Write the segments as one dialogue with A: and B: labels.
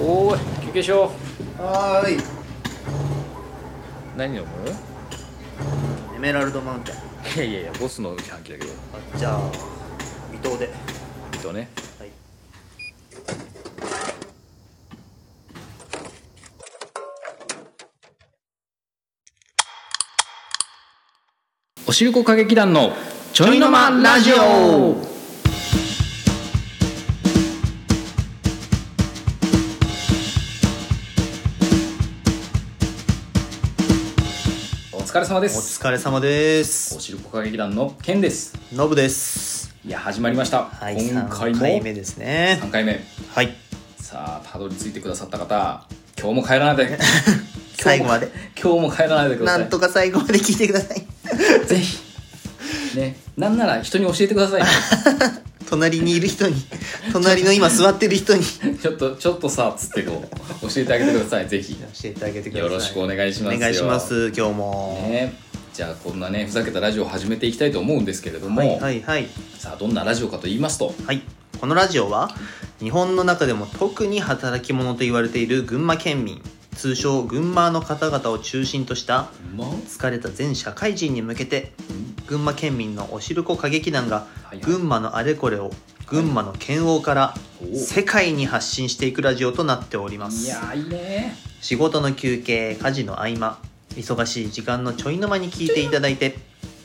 A: おーい休憩しよ
B: はーいう
A: 何飲む
B: エメラルドマウンテ
A: い
B: ン
A: やいやいやボスの自販機だけど
B: あじゃあ伊藤で
A: えっとね
B: はい
A: おしるこ歌劇団のちょいの間ラジオお疲れ様で
B: お
A: す
B: 疲れ様で
A: お
B: す
A: しるこ歌劇団のケンです
B: ノブです
A: いや始まりました、
B: はい
A: 今回
B: 3
A: も
B: 回目ですね
A: 3回目
B: はい
A: さあたどり着いてくださった方今日も帰 らないで
B: 最後まで
A: 今日も帰らないでくだ
B: な
A: さい
B: んとか最後まで聞いてください
A: ぜひ ねなんなら人に教えてくださいね
B: 隣にいる 人に隣の今座ってる人に教
A: ちょっとちょっとさっつってこう教えてあげてくださいぜひ
B: えてあげてください
A: よろしくお願いします
B: お
A: よ
B: 願いします今日も、
A: ねじゃあこんなねふざけたラジオを始めていきたいと思うんですけれども、
B: はいはいはい
A: さあどんなラジオかと言いますと
B: はいこのラジオは日本の中でも特に働き者と言われている群馬県民通称群馬の方々を中心とした
A: ま
B: 疲れた全社会人に向けて群馬県民のおしるこ歌劇団が
A: はいはい
B: 群馬のあれこれを群馬の県王から
A: お
B: 世界に発信していくラジオとなっておりま
A: い
B: す
A: やーいいね
B: 仕事の休憩家事の合間忙しい時間のちょいの間に聞いていただいて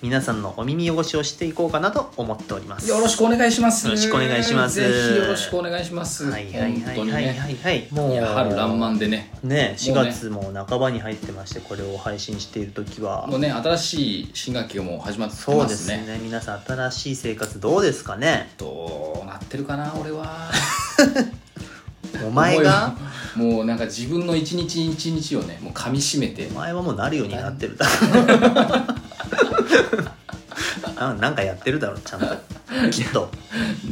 B: 皆さんのお耳汚しをしていこうかなと思っております
A: よろしくお願いします
B: よろしくお願いします
A: ぜひよろしくお願いします、
B: はいはいは
A: 本当
B: い
A: に
B: はい
A: ね
B: はいはいも
A: いや春らんま
B: ん
A: んでね
B: ね4
A: もうね
B: 月も半ばに入ってましてこれを配信している時は
A: もうね新しい新学期がもう始まって
B: そう
A: ま
B: ですす
A: ね
B: ね皆さん新しい生活どうですかね
A: どうなってるかな俺は
B: お 前が
A: もうもうなんか自分の一日一日をねもう噛みしめて
B: お前はもうなるようになってるだろあなんかやってるだろちゃんときっと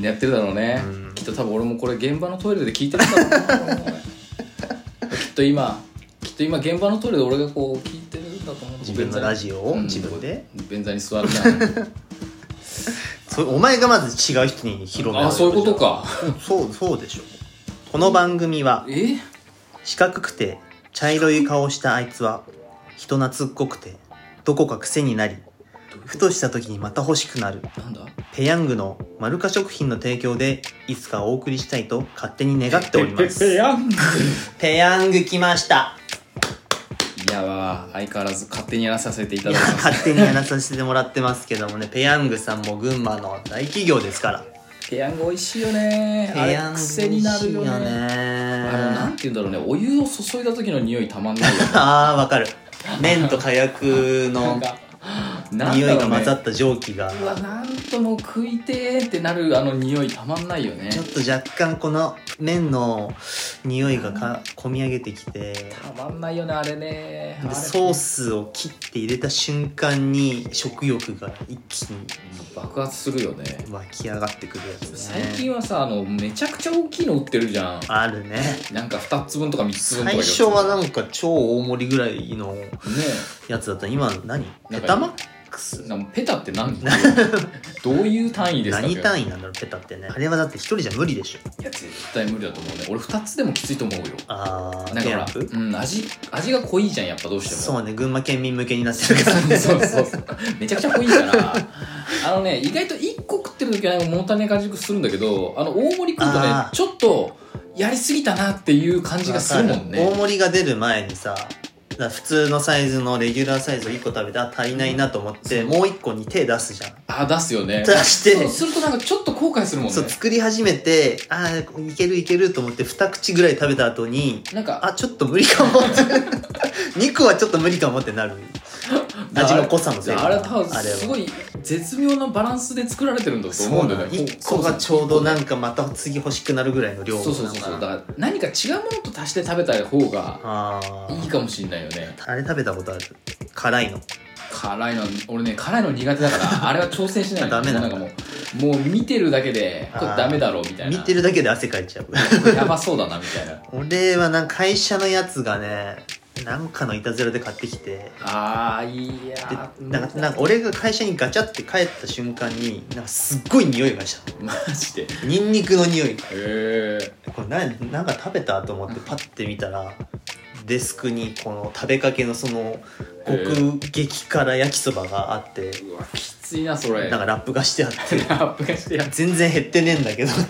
A: やってるだろうね
B: うん
A: きっと多分俺もこれ現場のトイレで聞いてるんだろうな俺もきっと今きっと今現場のトイレで俺がこう聞いてるんだと思う
B: 自分のラジオを自分で
A: 便座に座るな
B: そうお前がまず違う人に 広め
A: あそういうことか
B: そうそうでしょこの番組は
A: え
B: 四角くて茶色い顔をしたあいつは人懐っこくてどこか癖になりふとした時にまた欲しくなる
A: なんだ
B: ペヤングのマルカ食品の提供でいつかお送りしたいと勝手に願っておりま
A: ペペペ
B: す
A: ヤング
B: ペヤング来ました
A: いやー相変わらず勝手にやらさせていた
B: い
A: だ
B: や
A: きます
B: 勝手にやらさせてもらってますけどもねペヤングさんも群馬の大企業ですから
A: ペヤング美味しいよね
B: ペヤ
A: あ
B: ン
A: れ
B: グ
A: 癖になるよ
B: 美味しい
A: ねあのなん
B: ね
A: て言うんだろうねお湯を注いだ時の匂いたまんないよ
B: あーわかる麺と火薬の
A: なんか
B: 匂いが混ざ
A: て
B: った蒸気が
A: うわなんとも食いてーってなるあの匂いたまんないよね
B: ちょっと若干この麺の匂いがか込み上げてきて
A: たまんないよねあれねあ
B: で
A: れ
B: ソースを切って入れた瞬間に食欲が一気に
A: 爆発するよね
B: 湧き上がってくるやつね
A: 最近はさあのめちゃくちゃ大きいの売ってるじゃん
B: あるね
A: なんか2つ分とか3つ分とか
B: 最初はな
A: ね
B: んか超大盛りぐらいのやつだった今何
A: な
B: ペ
A: んか
B: タマックス
A: なんかペタって 何どういう単位ですか
B: 何
A: 位
B: 単位なんだろうペタってねあれはだって一人じゃ無理でしょ
A: いや絶対無理だと思うね俺2つでもきついと思うよ
B: ああ
A: なんかほら、
B: プ
A: うん、味味が濃いじゃんやっぱどうしても
B: そうね群馬県民向けになってるから
A: そうそうそうめちゃくちゃ濃いからあのね意外と1個食ってる時はなんか物足りない感じするんだけどあの大盛り食うとね
B: あー
A: ちょっとやりすぎたなっていう感じがするもん
B: 大
A: ね
B: 盛りが出る前にさだから普通のサイズのレギュラーサイズを1個食べてあ足りないなと思って、
A: うん
B: もう1個に手出すじゃん、
A: あー出すよ ね
B: 出して
A: そうするとなんかちょっと後悔するもんね
B: そう作り始めてああいけるいけると思って2口ぐらい食べた後に
A: なんか
B: あちょっと無理か もって2個はちょっと無理かもってなる味の濃さのせいかな
A: あれは多分
B: あれは
A: すごい絶妙なバランスで作られてるんだと
B: そ
A: 思う
B: うん
A: だ
B: な
A: よ
B: の
A: ね
B: 1個がちょうどなんかまた次欲しくなるぐらいの量
A: そうそうそうそう
B: な
A: だ
B: んか
A: から何か違うものと足して食べた方が
B: ああ
A: いいかもしんないよね
B: あれ食べたことある辛いの
A: 辛いの俺ね辛いの苦手だから あれは挑戦しないの
B: ダメなんだ
A: かもうもう見てるだけでこれ
B: あー
A: ダメだろうみたいな
B: 見てるだけで汗かいちゃう
A: これやばそうだなみたいな
B: 俺はなんか会社のやつがねなんかのいたずらで買ってきて
A: ああいやー
B: でなんかなんか俺が会社にガチャって帰った瞬間になんかすっごい匂いがした
A: マジでへ
B: ニンニクの匂いが
A: えー、
B: これななんか食べたと思ってパッて見たらデスクにこの食べかけのその極激辛焼きそばがあって
A: うわきついなそれ
B: なんかラップがしてあって
A: ラップがしてやっ
B: 全然減ってねえんだけどつって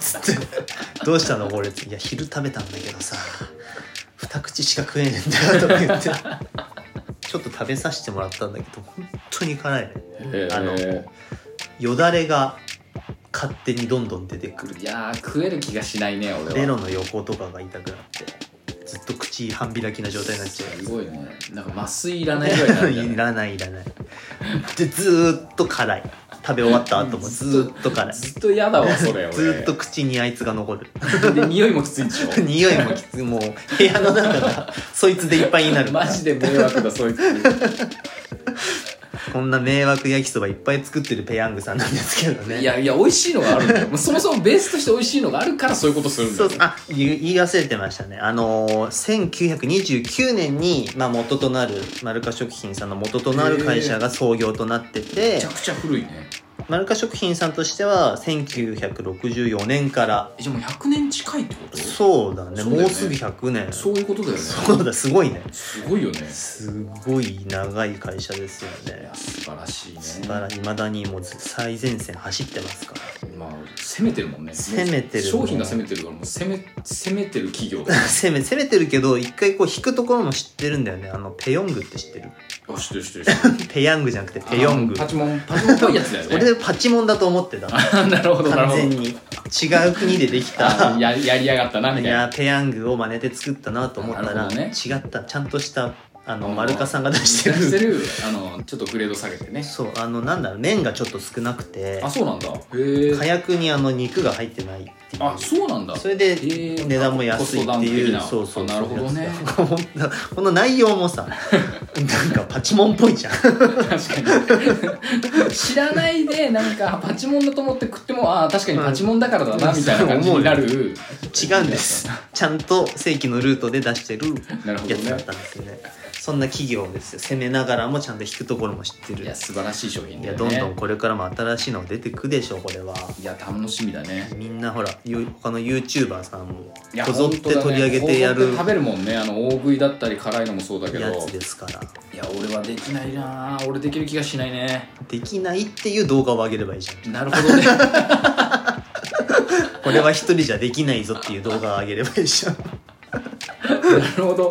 B: 「どうしたのこれ」いや昼食べたんだけどさ二口しか食えねえんだよ」とか言ってちょっと食べさせてもらったんだけど本当に辛いね
A: て
B: あの
A: へ
B: よだれが勝手にどんどん出てくる
A: ーいやー食える気がしないね俺は
B: ベロの横とかが痛くなってずっと口半開きな状態になっちゃ
A: す
B: う
A: ごいねなんか麻酔いらないぐらいになるんじゃない
B: いらないいらないでずーっと辛い食べ終わった後もずーっと辛いず
A: ずっと嫌だわそれ俺
B: ーっと口にあいつが残る
A: で匂いもきついんでしょ
B: 匂いもきついもう部屋の中 がそいつでいっぱいに なる
A: マジで迷惑だそいつ
B: こんな迷惑焼きそばいっぱい作ってるペヤングさんなんですけどね
A: いやいや美味しいのがあるんだ よもうそもそもベースとして美味しいのがあるからそういうことするんだよ
B: そうあ言い言い忘れてましたねあのー1929年に、まあ、元となる丸カ食品さんの元となる会社が創業となってて
A: めちゃくちゃ古いね
B: 丸カ食品さんとしては1964年から
A: えじゃあもう100年近いってこと
B: そうだね
A: そうだよね
B: もうすぐ100年
A: そういうことだよね
B: そうだすごいね
A: すごいよね
B: すごい長い会社ですよ
A: い
B: ね
A: や素晴らしいね
B: 素晴らいまだにもう最前線走ってますから
A: まあ攻めてるもんね
B: 攻めてる
A: 商品が攻めてるからもう攻め攻めてる企業だ
B: 攻め攻めてるけど一回こう引くところも知ってるんだよねあのペヨングって知ってる
A: あ知ってる知ってる知ってる
B: ペヤングじゃなくてペヨング
A: あのパチモンパチモンっぽいやつだよね
B: 俺パチモンだと思ってた
A: なるほどなる
B: 完
A: ほ
B: 全
A: ど
B: に違う国ででき
A: あ
B: た
A: のややりやがったなみ
B: い
A: たいな
B: やペヤングを真似て作ったなと思った
A: なる
B: ら、
A: ほどね
B: 違ったちゃんとしたあの
A: うん
B: 丸カさんが出し て
A: 出
B: る
A: してるあのちょっとグレード下げてね
B: そうあのなんだろう麺がちょっと少なくて
A: あそうなんだへえ
B: 火薬にあの肉が入ってないっていう
A: あそうなんだ
B: それで
A: ー
B: 値段も安いっていう、
A: コス
B: そう
A: ト
B: そうそう
A: ダウン的なあなる
B: ほどねこの内容もさなんかパチモンっぽいじゃん
A: 確かに知らないでなんかパチモンだと思って食ってもああ確かにパチモンだからだな、
B: うん
A: みたいな感じになる違
B: 違うんですちゃんと正規のルートで出してる
A: なるほど
B: やつ
A: ね
B: だったんですよねそんな企業ですよ攻めながらもちゃんと引くところも知ってる
A: い
B: い
A: や
B: や,、
A: 素晴らしい商品だよね
B: どんどんこれからも新しいの出てくでしょこれはい
A: や楽しみだね
B: みんなほらゆ他の YouTuber さんも
A: いや
B: こぞっ
A: 本
B: て
A: 当だね
B: 取り上げてやる
A: こぞって食べるもんねあの大食いだったり辛いのもそうだけど
B: やつですから
A: いや俺はできないな俺できる気がしないね
B: できないっていう動画を上げればいいじゃん
A: なるほどね
B: これは一人じゃできないぞっていう動画を上げればいいじゃん
A: なるほど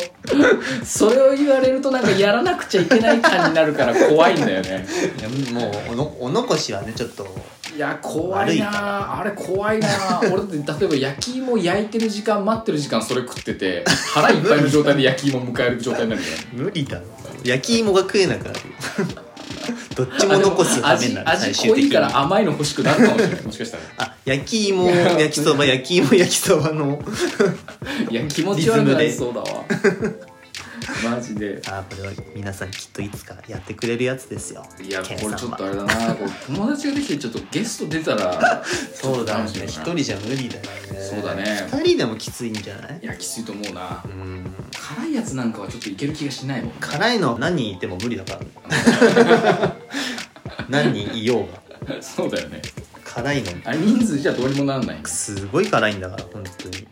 A: それを言われるとなんかやらなくちゃいけない感になるから怖いんだよね
B: いやもうおのお残しはねちょっと
A: いや怖い
B: 悪いか
A: なあれ怖 いな俺だって例えば焼き芋焼いてる時間待ってる時間それ食ってて腹いっぱいの状態で焼き芋迎える状態になるじゃ ない
B: 無理だろ焼き芋が食えなくな るよどっちも残すためになる
A: 味
B: 最
A: 味
B: 終
A: 濃
B: 的
A: い
B: に
A: から甘いの欲しくなるかも しれないもしかしたら
B: あ焼き芋焼きそば焼き芋焼きそばの
A: いや気持ち悪くなりそう だわマジで
B: あこれは皆さんきっといつかやってくれるやつですよ
A: いやこ
B: ケン
A: れ
B: さんは
A: ちょっとあれだなこれ友達ができてちょっとゲスト出たら
B: そうだね
A: ちょっと楽しみ
B: 一
A: な
B: 人じゃ無理だよね
A: そうだね
B: 二人でもきついんじゃない
A: いやきついと思うな
B: うん
A: 辛いやつなんかはちょっといける気がしない もん
B: 辛いのは何人いても無理だからね 何人いようが
A: そうだよね
B: 辛いの
A: あれ人数じゃどうにもなんない
B: すごい辛いんだから本当に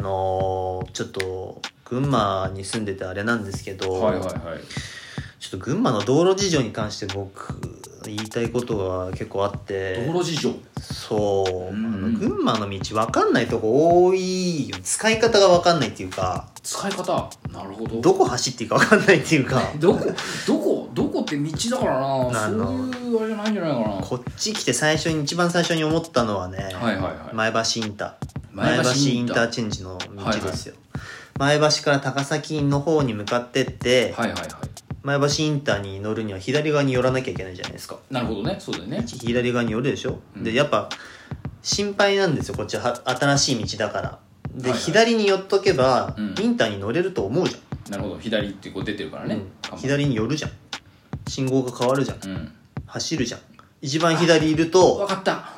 B: あのーちょっと群馬に住んでてあれなんですけど、
A: はいはいはい
B: ちょっと群馬の道路事情に関して僕言いたいことが結構あって
A: 道路事情
B: そう、
A: うんうん
B: あの群馬の道分かんないとこ多いよ使い方が分かんないっていうか
A: 使い方なるほど
B: どこ走っていいか分かんないっていうか
A: どこどこどこって道だからな
B: あ
A: そう
B: の
A: いうあれじゃないんじゃないかな
B: こっち来て最初に一番最初に思ったのはね、
A: はいはいはい
B: 前橋インター前
A: 前
B: 橋
A: 橋
B: イ
A: イ
B: ン
A: ン
B: タ
A: ター
B: ーチェンジの道ですよ、前橋から高崎の方に向かってって、
A: はいはいはい
B: 前橋インターに乗るには左側に寄らなきゃいけないじゃないですか
A: なるほどねそうだよね
B: 左側に寄るでしょ、
A: うん
B: でやっぱ心配なんですよこっちは新しい道だからで、
A: はいはい
B: 左に寄っとけば、
A: うん
B: インターに乗れると思うじ
A: なるほど左ってこう出てるか
B: ゃ
A: ら
B: ん、
A: ね、
B: うん
A: 看板
B: 左に寄るじゃん信号が変わるじゃん
A: うん
B: 走るじゃん一番左いると
A: 分かった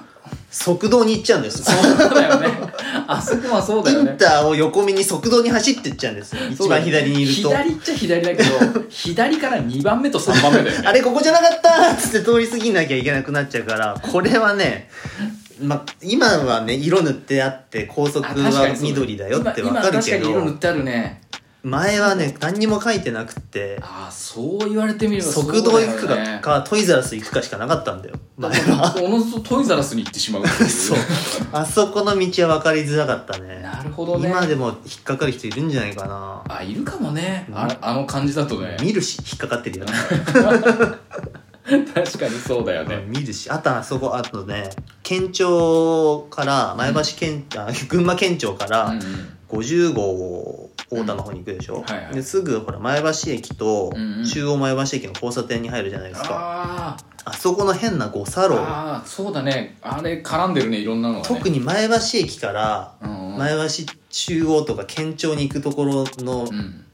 B: 側道に行っちゃうんです
A: そうだ よねあそこはそうだよ
B: イ
A: ね
B: ンターを横目に側道に走ってっちゃうんですよ一番左にいる
A: そ
B: と、
A: うだね左っちゃ左だけど左から2番目と3番目だよね
B: あれここじゃなかったっつって通り過ぎなきゃいけなくなっちゃうからこれはねまあ今はね色塗ってあって高速
A: あ確かに
B: は
A: そう
B: 緑だよってわ
A: 今
B: かる
A: 今確か
B: け
A: に色塗
B: ど
A: ってあるね
B: 前はね何にも書いてなくって
A: ああそう言われてみればそうだ
B: 側道
A: よ
B: 行く
A: ね
B: かかトイザらス行くかしかなかったんだよ前 は
A: おのずとトイザらスに行ってしまうっていう
B: そうあそこの道は分かりづらかったね
A: なるほどね
B: 今でも引っかかる人いるんじゃないかな
A: あいるかもねああの感じだとね
B: 見るし引っかかってるよね
A: 確かにそうだよね
B: 見るしあとあそこあとね県庁から前橋県、あ群馬県庁か
A: うん
B: ら
A: うん
B: 50号を太田の方に行くでしょ、
A: うんはいはい
B: ですぐほら前橋駅と
A: うんうん
B: 中央前橋駅の交差点に入るじゃないですか、
A: あー
B: あそこの変な誤差路
A: あーそうだねあれ絡んでるねいろんなのがね
B: 特に前橋駅から
A: うんうん
B: 前橋中央とか県庁に行くところの
A: うん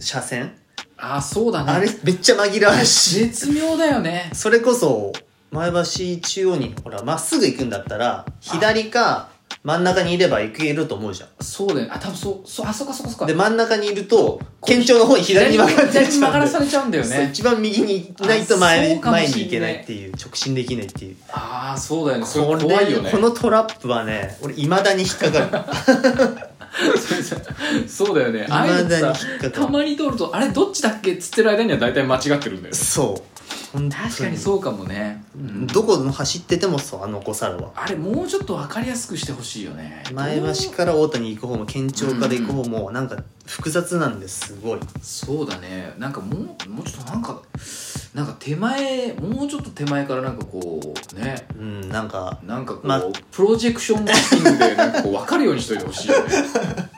B: 車線、
A: ああそうだね
B: あれめっちゃ紛らわしい
A: 絶妙だよね
B: それこそ前橋中央にほらまっすぐ行くんだったら左か真ん中にいれば行けると思うじゃん
A: そうだよねあ多分そうそうあそっかそっかそっか
B: で真ん中にいると県庁の方に左に曲がって
A: 左
B: っ
A: に
B: ちゃ
A: 曲が
B: う
A: ら
B: んだ
A: されちゃうんだよ
B: よそう
A: ね
B: 一番右に行かないと前
A: あそうかもしん
B: 前
A: ね
B: に行けないっていう直進できないっていう
A: ああそうだよねそ
B: こ
A: れ
B: れ
A: 怖いよね
B: このトラップはね俺いまだに引っかかる
A: そうだよね ああいうの
B: 未だ
A: さ
B: に引っかかる
A: たまに通るとあれどっちだっけっつってる間には大体間違ってるんだよね
B: そう本当
A: 確かにそうかもね、うん
B: どこでも走っててもそうあの小猿は
A: あれもうちょっと分かりやすくしてほしいよね
B: 前橋から大田に行く方も県庁から行く方もなんか複雑なんですごい
A: そうだねなんかもうもうちょっとなんかなんか手前もうちょっと手前からなんかこうね
B: うんなんか
A: なんかこう、
B: ま
A: プロジェクションマッピングでなんかこう分かるようにしといてほしい よね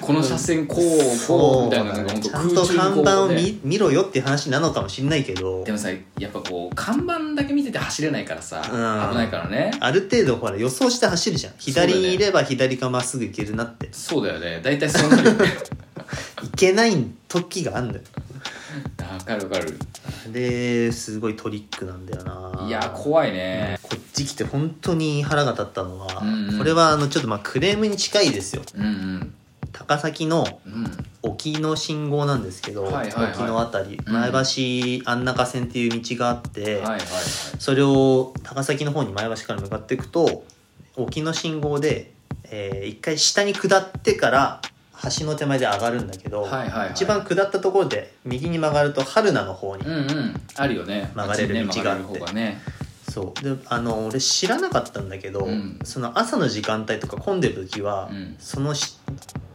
A: この車線こうこうみたいななんか本当
B: ちゃ
A: 空
B: んと
A: 中にこ
B: 看
A: う
B: 板を
A: ね
B: 見見ろよっていう話なのかもしんないけど
A: でもさやっぱこう看板だけ見てて走れないからさ、
B: うん
A: 危ないからね
B: ある程度ほら予想して走るじゃん左にいれば左かまっすぐ行けるなって
A: そうだよね大体そうなるよね
B: 行けない時があるんだよ
A: わかるわかる
B: ですごいトリックなんだよないい
A: や怖いね
B: こっち来て本当に腹が立ったのは、
A: うんうん
B: これはあのちょっとまあクレームに近いですよ
A: うんうん
B: 高崎の
A: うん
B: 沖の信号なんですけど、
A: はいはいはい
B: 沖のあたり
A: うん
B: 前橋安中線っていう道があって、
A: はいはいはい
B: それを高崎の方に前橋から向かっていくと沖の信号で、えー一回下に下ってから橋の手前で上がるんだけど、
A: はいはいはい
B: 一番下ったところで右に曲がると春菜の方に、
A: うんうんあるよね
B: 曲がれる道があって
A: あっちにね曲がる方がね
B: そうであの俺知らなかったんだけど、
A: うん
B: その朝の時間帯とか混んでる時は、
A: うん
B: そのし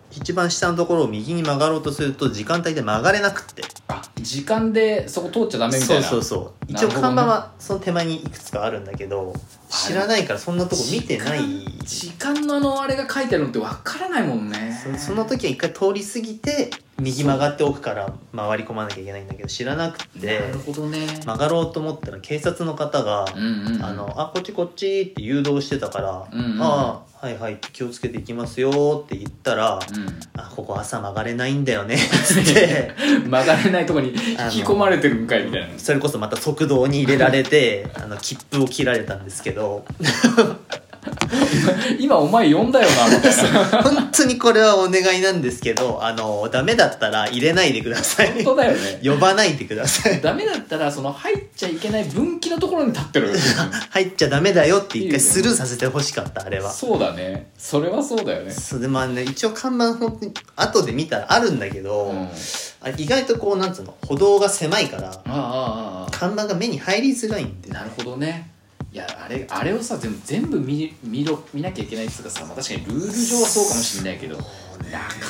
B: 一番下のところを右に曲がろうとすると時間帯で曲がれなくって
A: あ時間でそこ通っちゃダメみたい
B: そう
A: な
B: そうそう
A: な
B: 一
A: る
B: 応
A: ほどね
B: 看板はその手前にいくつかあるんだけど知らないからそんなとこ見てない
A: 時間のあのあれが書いてあるのってわからないもんね
B: そその時は一回通り過ぎて右曲がって奥から回り込まなきゃいけないんだけど知らなく
A: な
B: て
A: るほどね、
B: 曲がろうと思ったら警察の方が
A: うんうんう
B: 「
A: ん
B: あのあこっちこっち」って誘導してたから
A: うんうんう
B: 「
A: ん
B: ああはいはい気をつけていきますよ」って言ったら「あここ朝曲がれないんだよね」っつ って
A: うん曲がれないとこに引き込まれてるんかいみたいな
B: それこそまた側道に入れられ てあの切符を切られたんですけど
A: 今お前呼んだよなみたいな
B: 本当にこれはお願いなんですけどあのダメだったら入れないでくださ
A: 本
B: い
A: 当だよね
B: 呼ばないでください
A: ダメだったらその入っちゃいけない分岐のところに立って る
B: 入っちゃダメだよって一回スルーさせてほしかったあれは
A: そうだねそれはそうだよね
B: それまあね一応看板本当に後で見たらあるんだけど、
A: うんあ
B: あれ意外とこうなんつうの歩道が狭いか
A: あ
B: ら
A: ああああ
B: 看板が目に入りづらいんで
A: なるほどねいやあれあれをさ全部全部見見ろ見なきゃいけないっつうかさ、まあ、確かにルール上はそうかもしれないけどな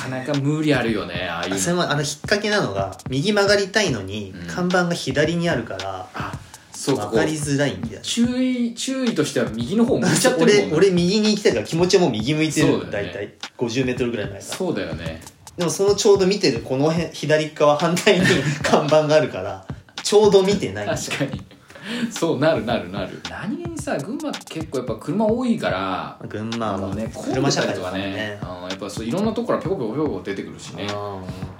A: かなか無理あるよねああいう
B: あそれ
A: の
B: もあの引っ掛けなのが右曲がりたいのに、
A: うん
B: 看板が左にあるから
A: あそうか
B: 分
A: こ
B: かり
A: う
B: づらいんだよ
A: 注意注意としては右の方向 いちゃってるもん
B: 俺
A: ね
B: 俺右に行きたいから気持ちはもう右向いてる、
A: そうだよ
B: 大
A: ね
B: 体5 0ルぐらい前から
A: そうだよね
B: でもそのちょうど見てるこの辺左側反対に 看板があるからちょうど見てない
A: 確かにそうなるなるなる何気にさ群馬結構やっぱ車多いから
B: 群馬
A: あの
B: は
A: ね
B: 車社会と
A: とか
B: か
A: ね
B: ね
A: あのやっぱそういろんなとこからぴょこぴょこぴょこ出てくるしね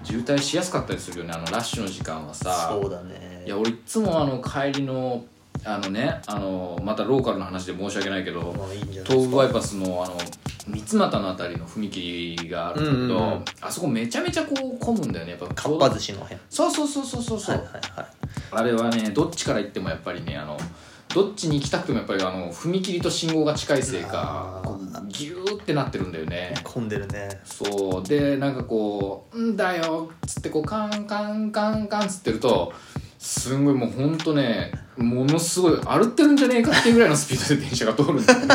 A: 渋滞しやすかったりするよねあのラッシュの時間はさ
B: そうだね
A: いや俺いつもあの帰りのあのねあのまたローカルの話で申し訳ないけど
B: まあいいんじゃないで
A: 東
B: す
A: 武
B: か
A: バイパスのあの三俣のあたりの踏切があるんだけど、
B: うんうんうん
A: あそこめちゃめちゃこう混むんだよねやっぱ
B: かっぱ寿司の辺
A: そうそうそうそうそうそ
B: は
A: う、
B: いはいは
A: あれはねどっちから行ってもやっぱりねあのどっちに行きたくてもやっぱりあの踏切と信号が近いせいか
B: あー
A: こうギューってなってるんだよね
B: い混んでるね
A: そうでなんかこう「んだよ」っつってこうカンカンカンカンっつってるとすんごいもうほんとねものすごい歩ってるんじゃねえかっていうぐらいのスピードで電車が通るんだよね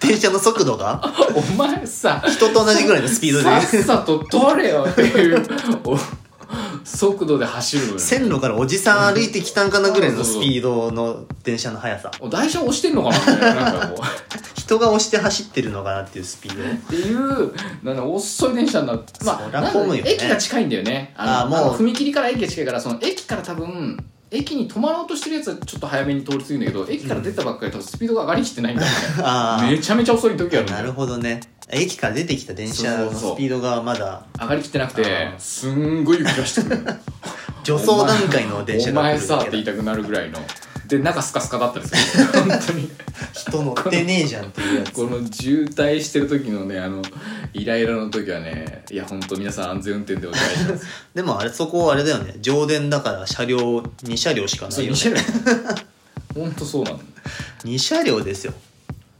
B: 電車の速度が
A: お前さ
B: 人と同じぐらいのスピード
A: さっ
B: で
A: さと通れよっていうお速度で走るのよ
B: 線路からおじさん歩いてきたんかなぐらいのスピードの電車の速さ
A: お台車押してんのかなみたいななんかこう
B: 人が押して走ってるのかなっていうスピード
A: っていうなんだ遅い電車になって、まあ、
B: そりゃ
A: なん
B: 混
A: か
B: む
A: ね
B: よね
A: 駅が近いんだよねあの
B: あーもう
A: あの踏切から駅が近いからその駅から多分駅に止まろうとしてるやつはちょっと早めに通り過ぎるんだけど駅から出たばっかりだとスピードが上がりきってないんだよね
B: あ
A: めちゃめちゃ遅い時あ
B: あ
A: る
B: なるほどね駅から出てきた電車のスピードがまだ
A: 上がりきってなくて
B: あー
A: すんごい雪がしてくる
B: 助走段階の電車
A: お
B: が
A: 前
B: 来る
A: さ
B: わ
A: って
B: け
A: 言い
B: だ
A: たくなるぐらいので中スカスカだったりする本当に
B: 人乗ってねえじゃんっていうやつ
A: この渋滞してる時のねあのイライラの時はねいや本当皆さん安全運転でお願いします
B: でもあれそこあれだよね上電だから車両2車両しかな
A: そ
B: いうよ、
A: 2
B: ね、
A: 車両 本当そうなの
B: 2車両ですよ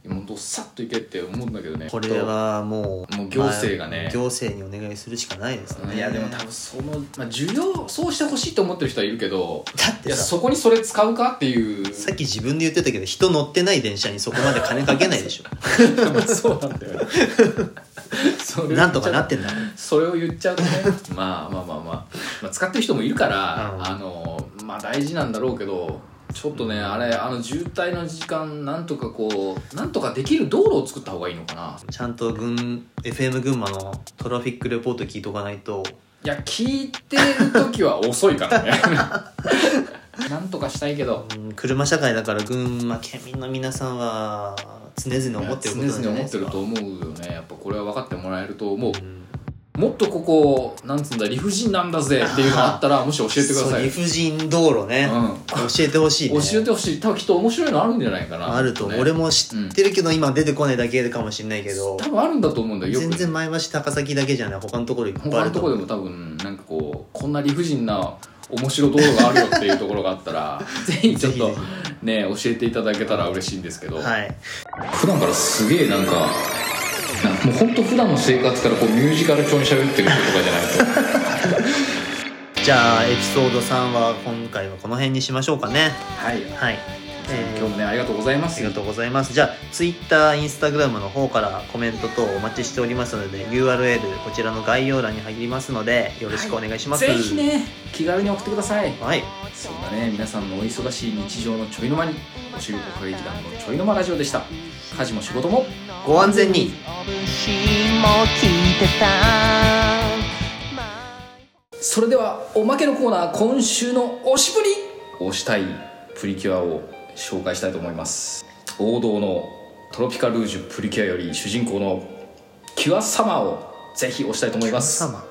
A: もうどっさっといけって思うんだけどね
B: これはもう
A: もう行政がね
B: まあ行政にお願いするしかないです
A: うん
B: ね
A: いやでも多分その、まあ、需要そうしてほしいと思ってる人はいるけど
B: だっ
A: い
B: て
A: や
B: さ
A: そこにそれ使うかっていう
B: さっき自分で言ってたけど人乗ってない電車にそこまで金かけない でしょ
A: 多分そうなんだよね それを言っちゃう
B: なんとかなってんだ
A: それを言っちゃうとねまあまあまあまあ、まあ、使ってる人もいるから、
B: うん
A: あのまあ大事なんだろうけどちょっとね、あれあの渋滞の時間なんとかこうなんとかできる道路を作った方がいいのかな
B: ちゃんと群 FM 群馬のトラフィックレポート聞いとかないと
A: いや聞いてる時は遅いから ねなんとかしたいけど
B: うん車社会だから群馬県民の皆さんは常々思ってることなんじ
A: 常々
B: ゃない
A: 思
B: で
A: って
B: す
A: る
B: か
A: と思うよねやっぱこれは分かってもらえると思う、
B: うん
A: もっとここなんつうんだ理不尽なんだぜっていうのあ ったらもし教えてくだ
B: そ
A: さ
B: う
A: い
B: 理不尽道路ね、
A: う
B: 教えてほしい、ね、
A: ん、教えてほしい多分きっと面白いのあるんじゃないかな
B: あると思う、
A: ね
B: 俺も知ってるけど、今出てこないだけかもしれないけど
A: 多分あるんだと思うんだよよ
B: 全
A: く
B: 然前橋高崎だけじゃない他のところいっぱいあ
A: 他
B: る
A: の
B: と
A: とこ
B: 思う
A: でも多分なんかこうこんな理不尽な面白道路があるよっていうところがあったらぜひちょっと
B: ぜひぜ
A: ね教えていただけたら嬉しいんですけど、
B: はい
A: 普段からすげえなんかなんかもう本当普段の生活からこうミュージカル調に喋ってる人とかじゃないと
B: じゃあエピソード3は今回はこの辺にしましょうかね
A: はい
B: はい、えー
A: 今日もねありがとうございま
B: あ
A: す
B: りがとうございますじゃあ Twitter、Instagram の方からコメント等お待ちしておりますので URL こちらの概要欄に入りますのでよろしくお願いします、
A: ぜひね気軽に送ってください
B: はい
A: そんなね皆さんのお忙しい日常のちょいの間にお仕事歌劇団のちょいの間ラジオでした家事も仕事も
B: ご安全に
A: それではおまけのコーナー今週の推しプリ推したいプリキュアを紹介したいと思います王道の「トロピカルージュプリキュア」より主人公のキュア様をぜひ推したいと思います
B: 様
A: はい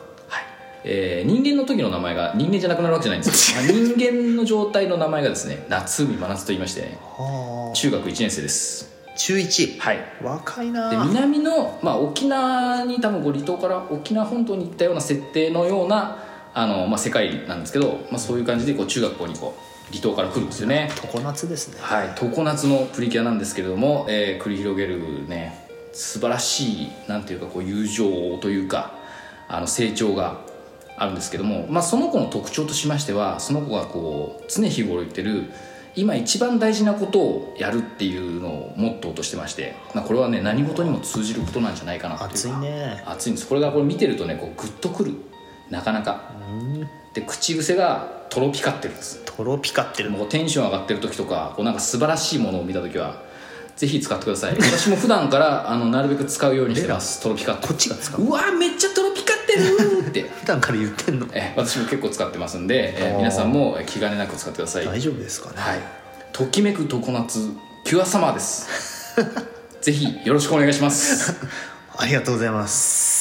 A: えー人間の時の名前が人間じゃなくなるわけじゃないんですよまあ人間の状態の名前がですね夏海真夏と言いまして、
B: はあ
A: 中学1年生です
B: 中1
A: はい
B: 若い
A: で
B: なあ
A: 南の、まあ、沖縄に多分こう離島から沖縄本島に行ったような設定のようなあの、まあ、世界なんですけど、まあ、そういう感じでこう中学校にこう離島から来るんですよね
B: 常夏ですね
A: はい常夏のプリキュアなんですけれども、えー繰り広げるね素晴らしいなんていうかこう友情というかあの成長があるんですけども、まあ、その子の特徴としましてはその子がこう常日頃言ってる今一番大事なことをやるっていうのをモットーとしてまして、まあ、これはね何事にも通じることなんじゃないかなっていう
B: 暑いね
A: 熱いんですこれがこれ見てるとねこうグッとくるなかなか
B: うん
A: で口癖がトロピカってるんです
B: トロピカってる
A: もうテンション上がってる時とかこうなんか素晴らしいものを見た時はぜひ使ってください私も普段から あのなるべく使うようにしてますトロピカって
B: こっちが使う
A: うわーめっちゃトロピカってるーって
B: 普段から言ってんの
A: え私も結構使ってますんで、え
B: おー
A: 皆さんも気兼ねなく使ってくださいは
B: 大
A: い
B: 丈夫ですかね
A: ときめく常夏キ ュアサマーですぜひよろしくお願いします
B: ありがとうございます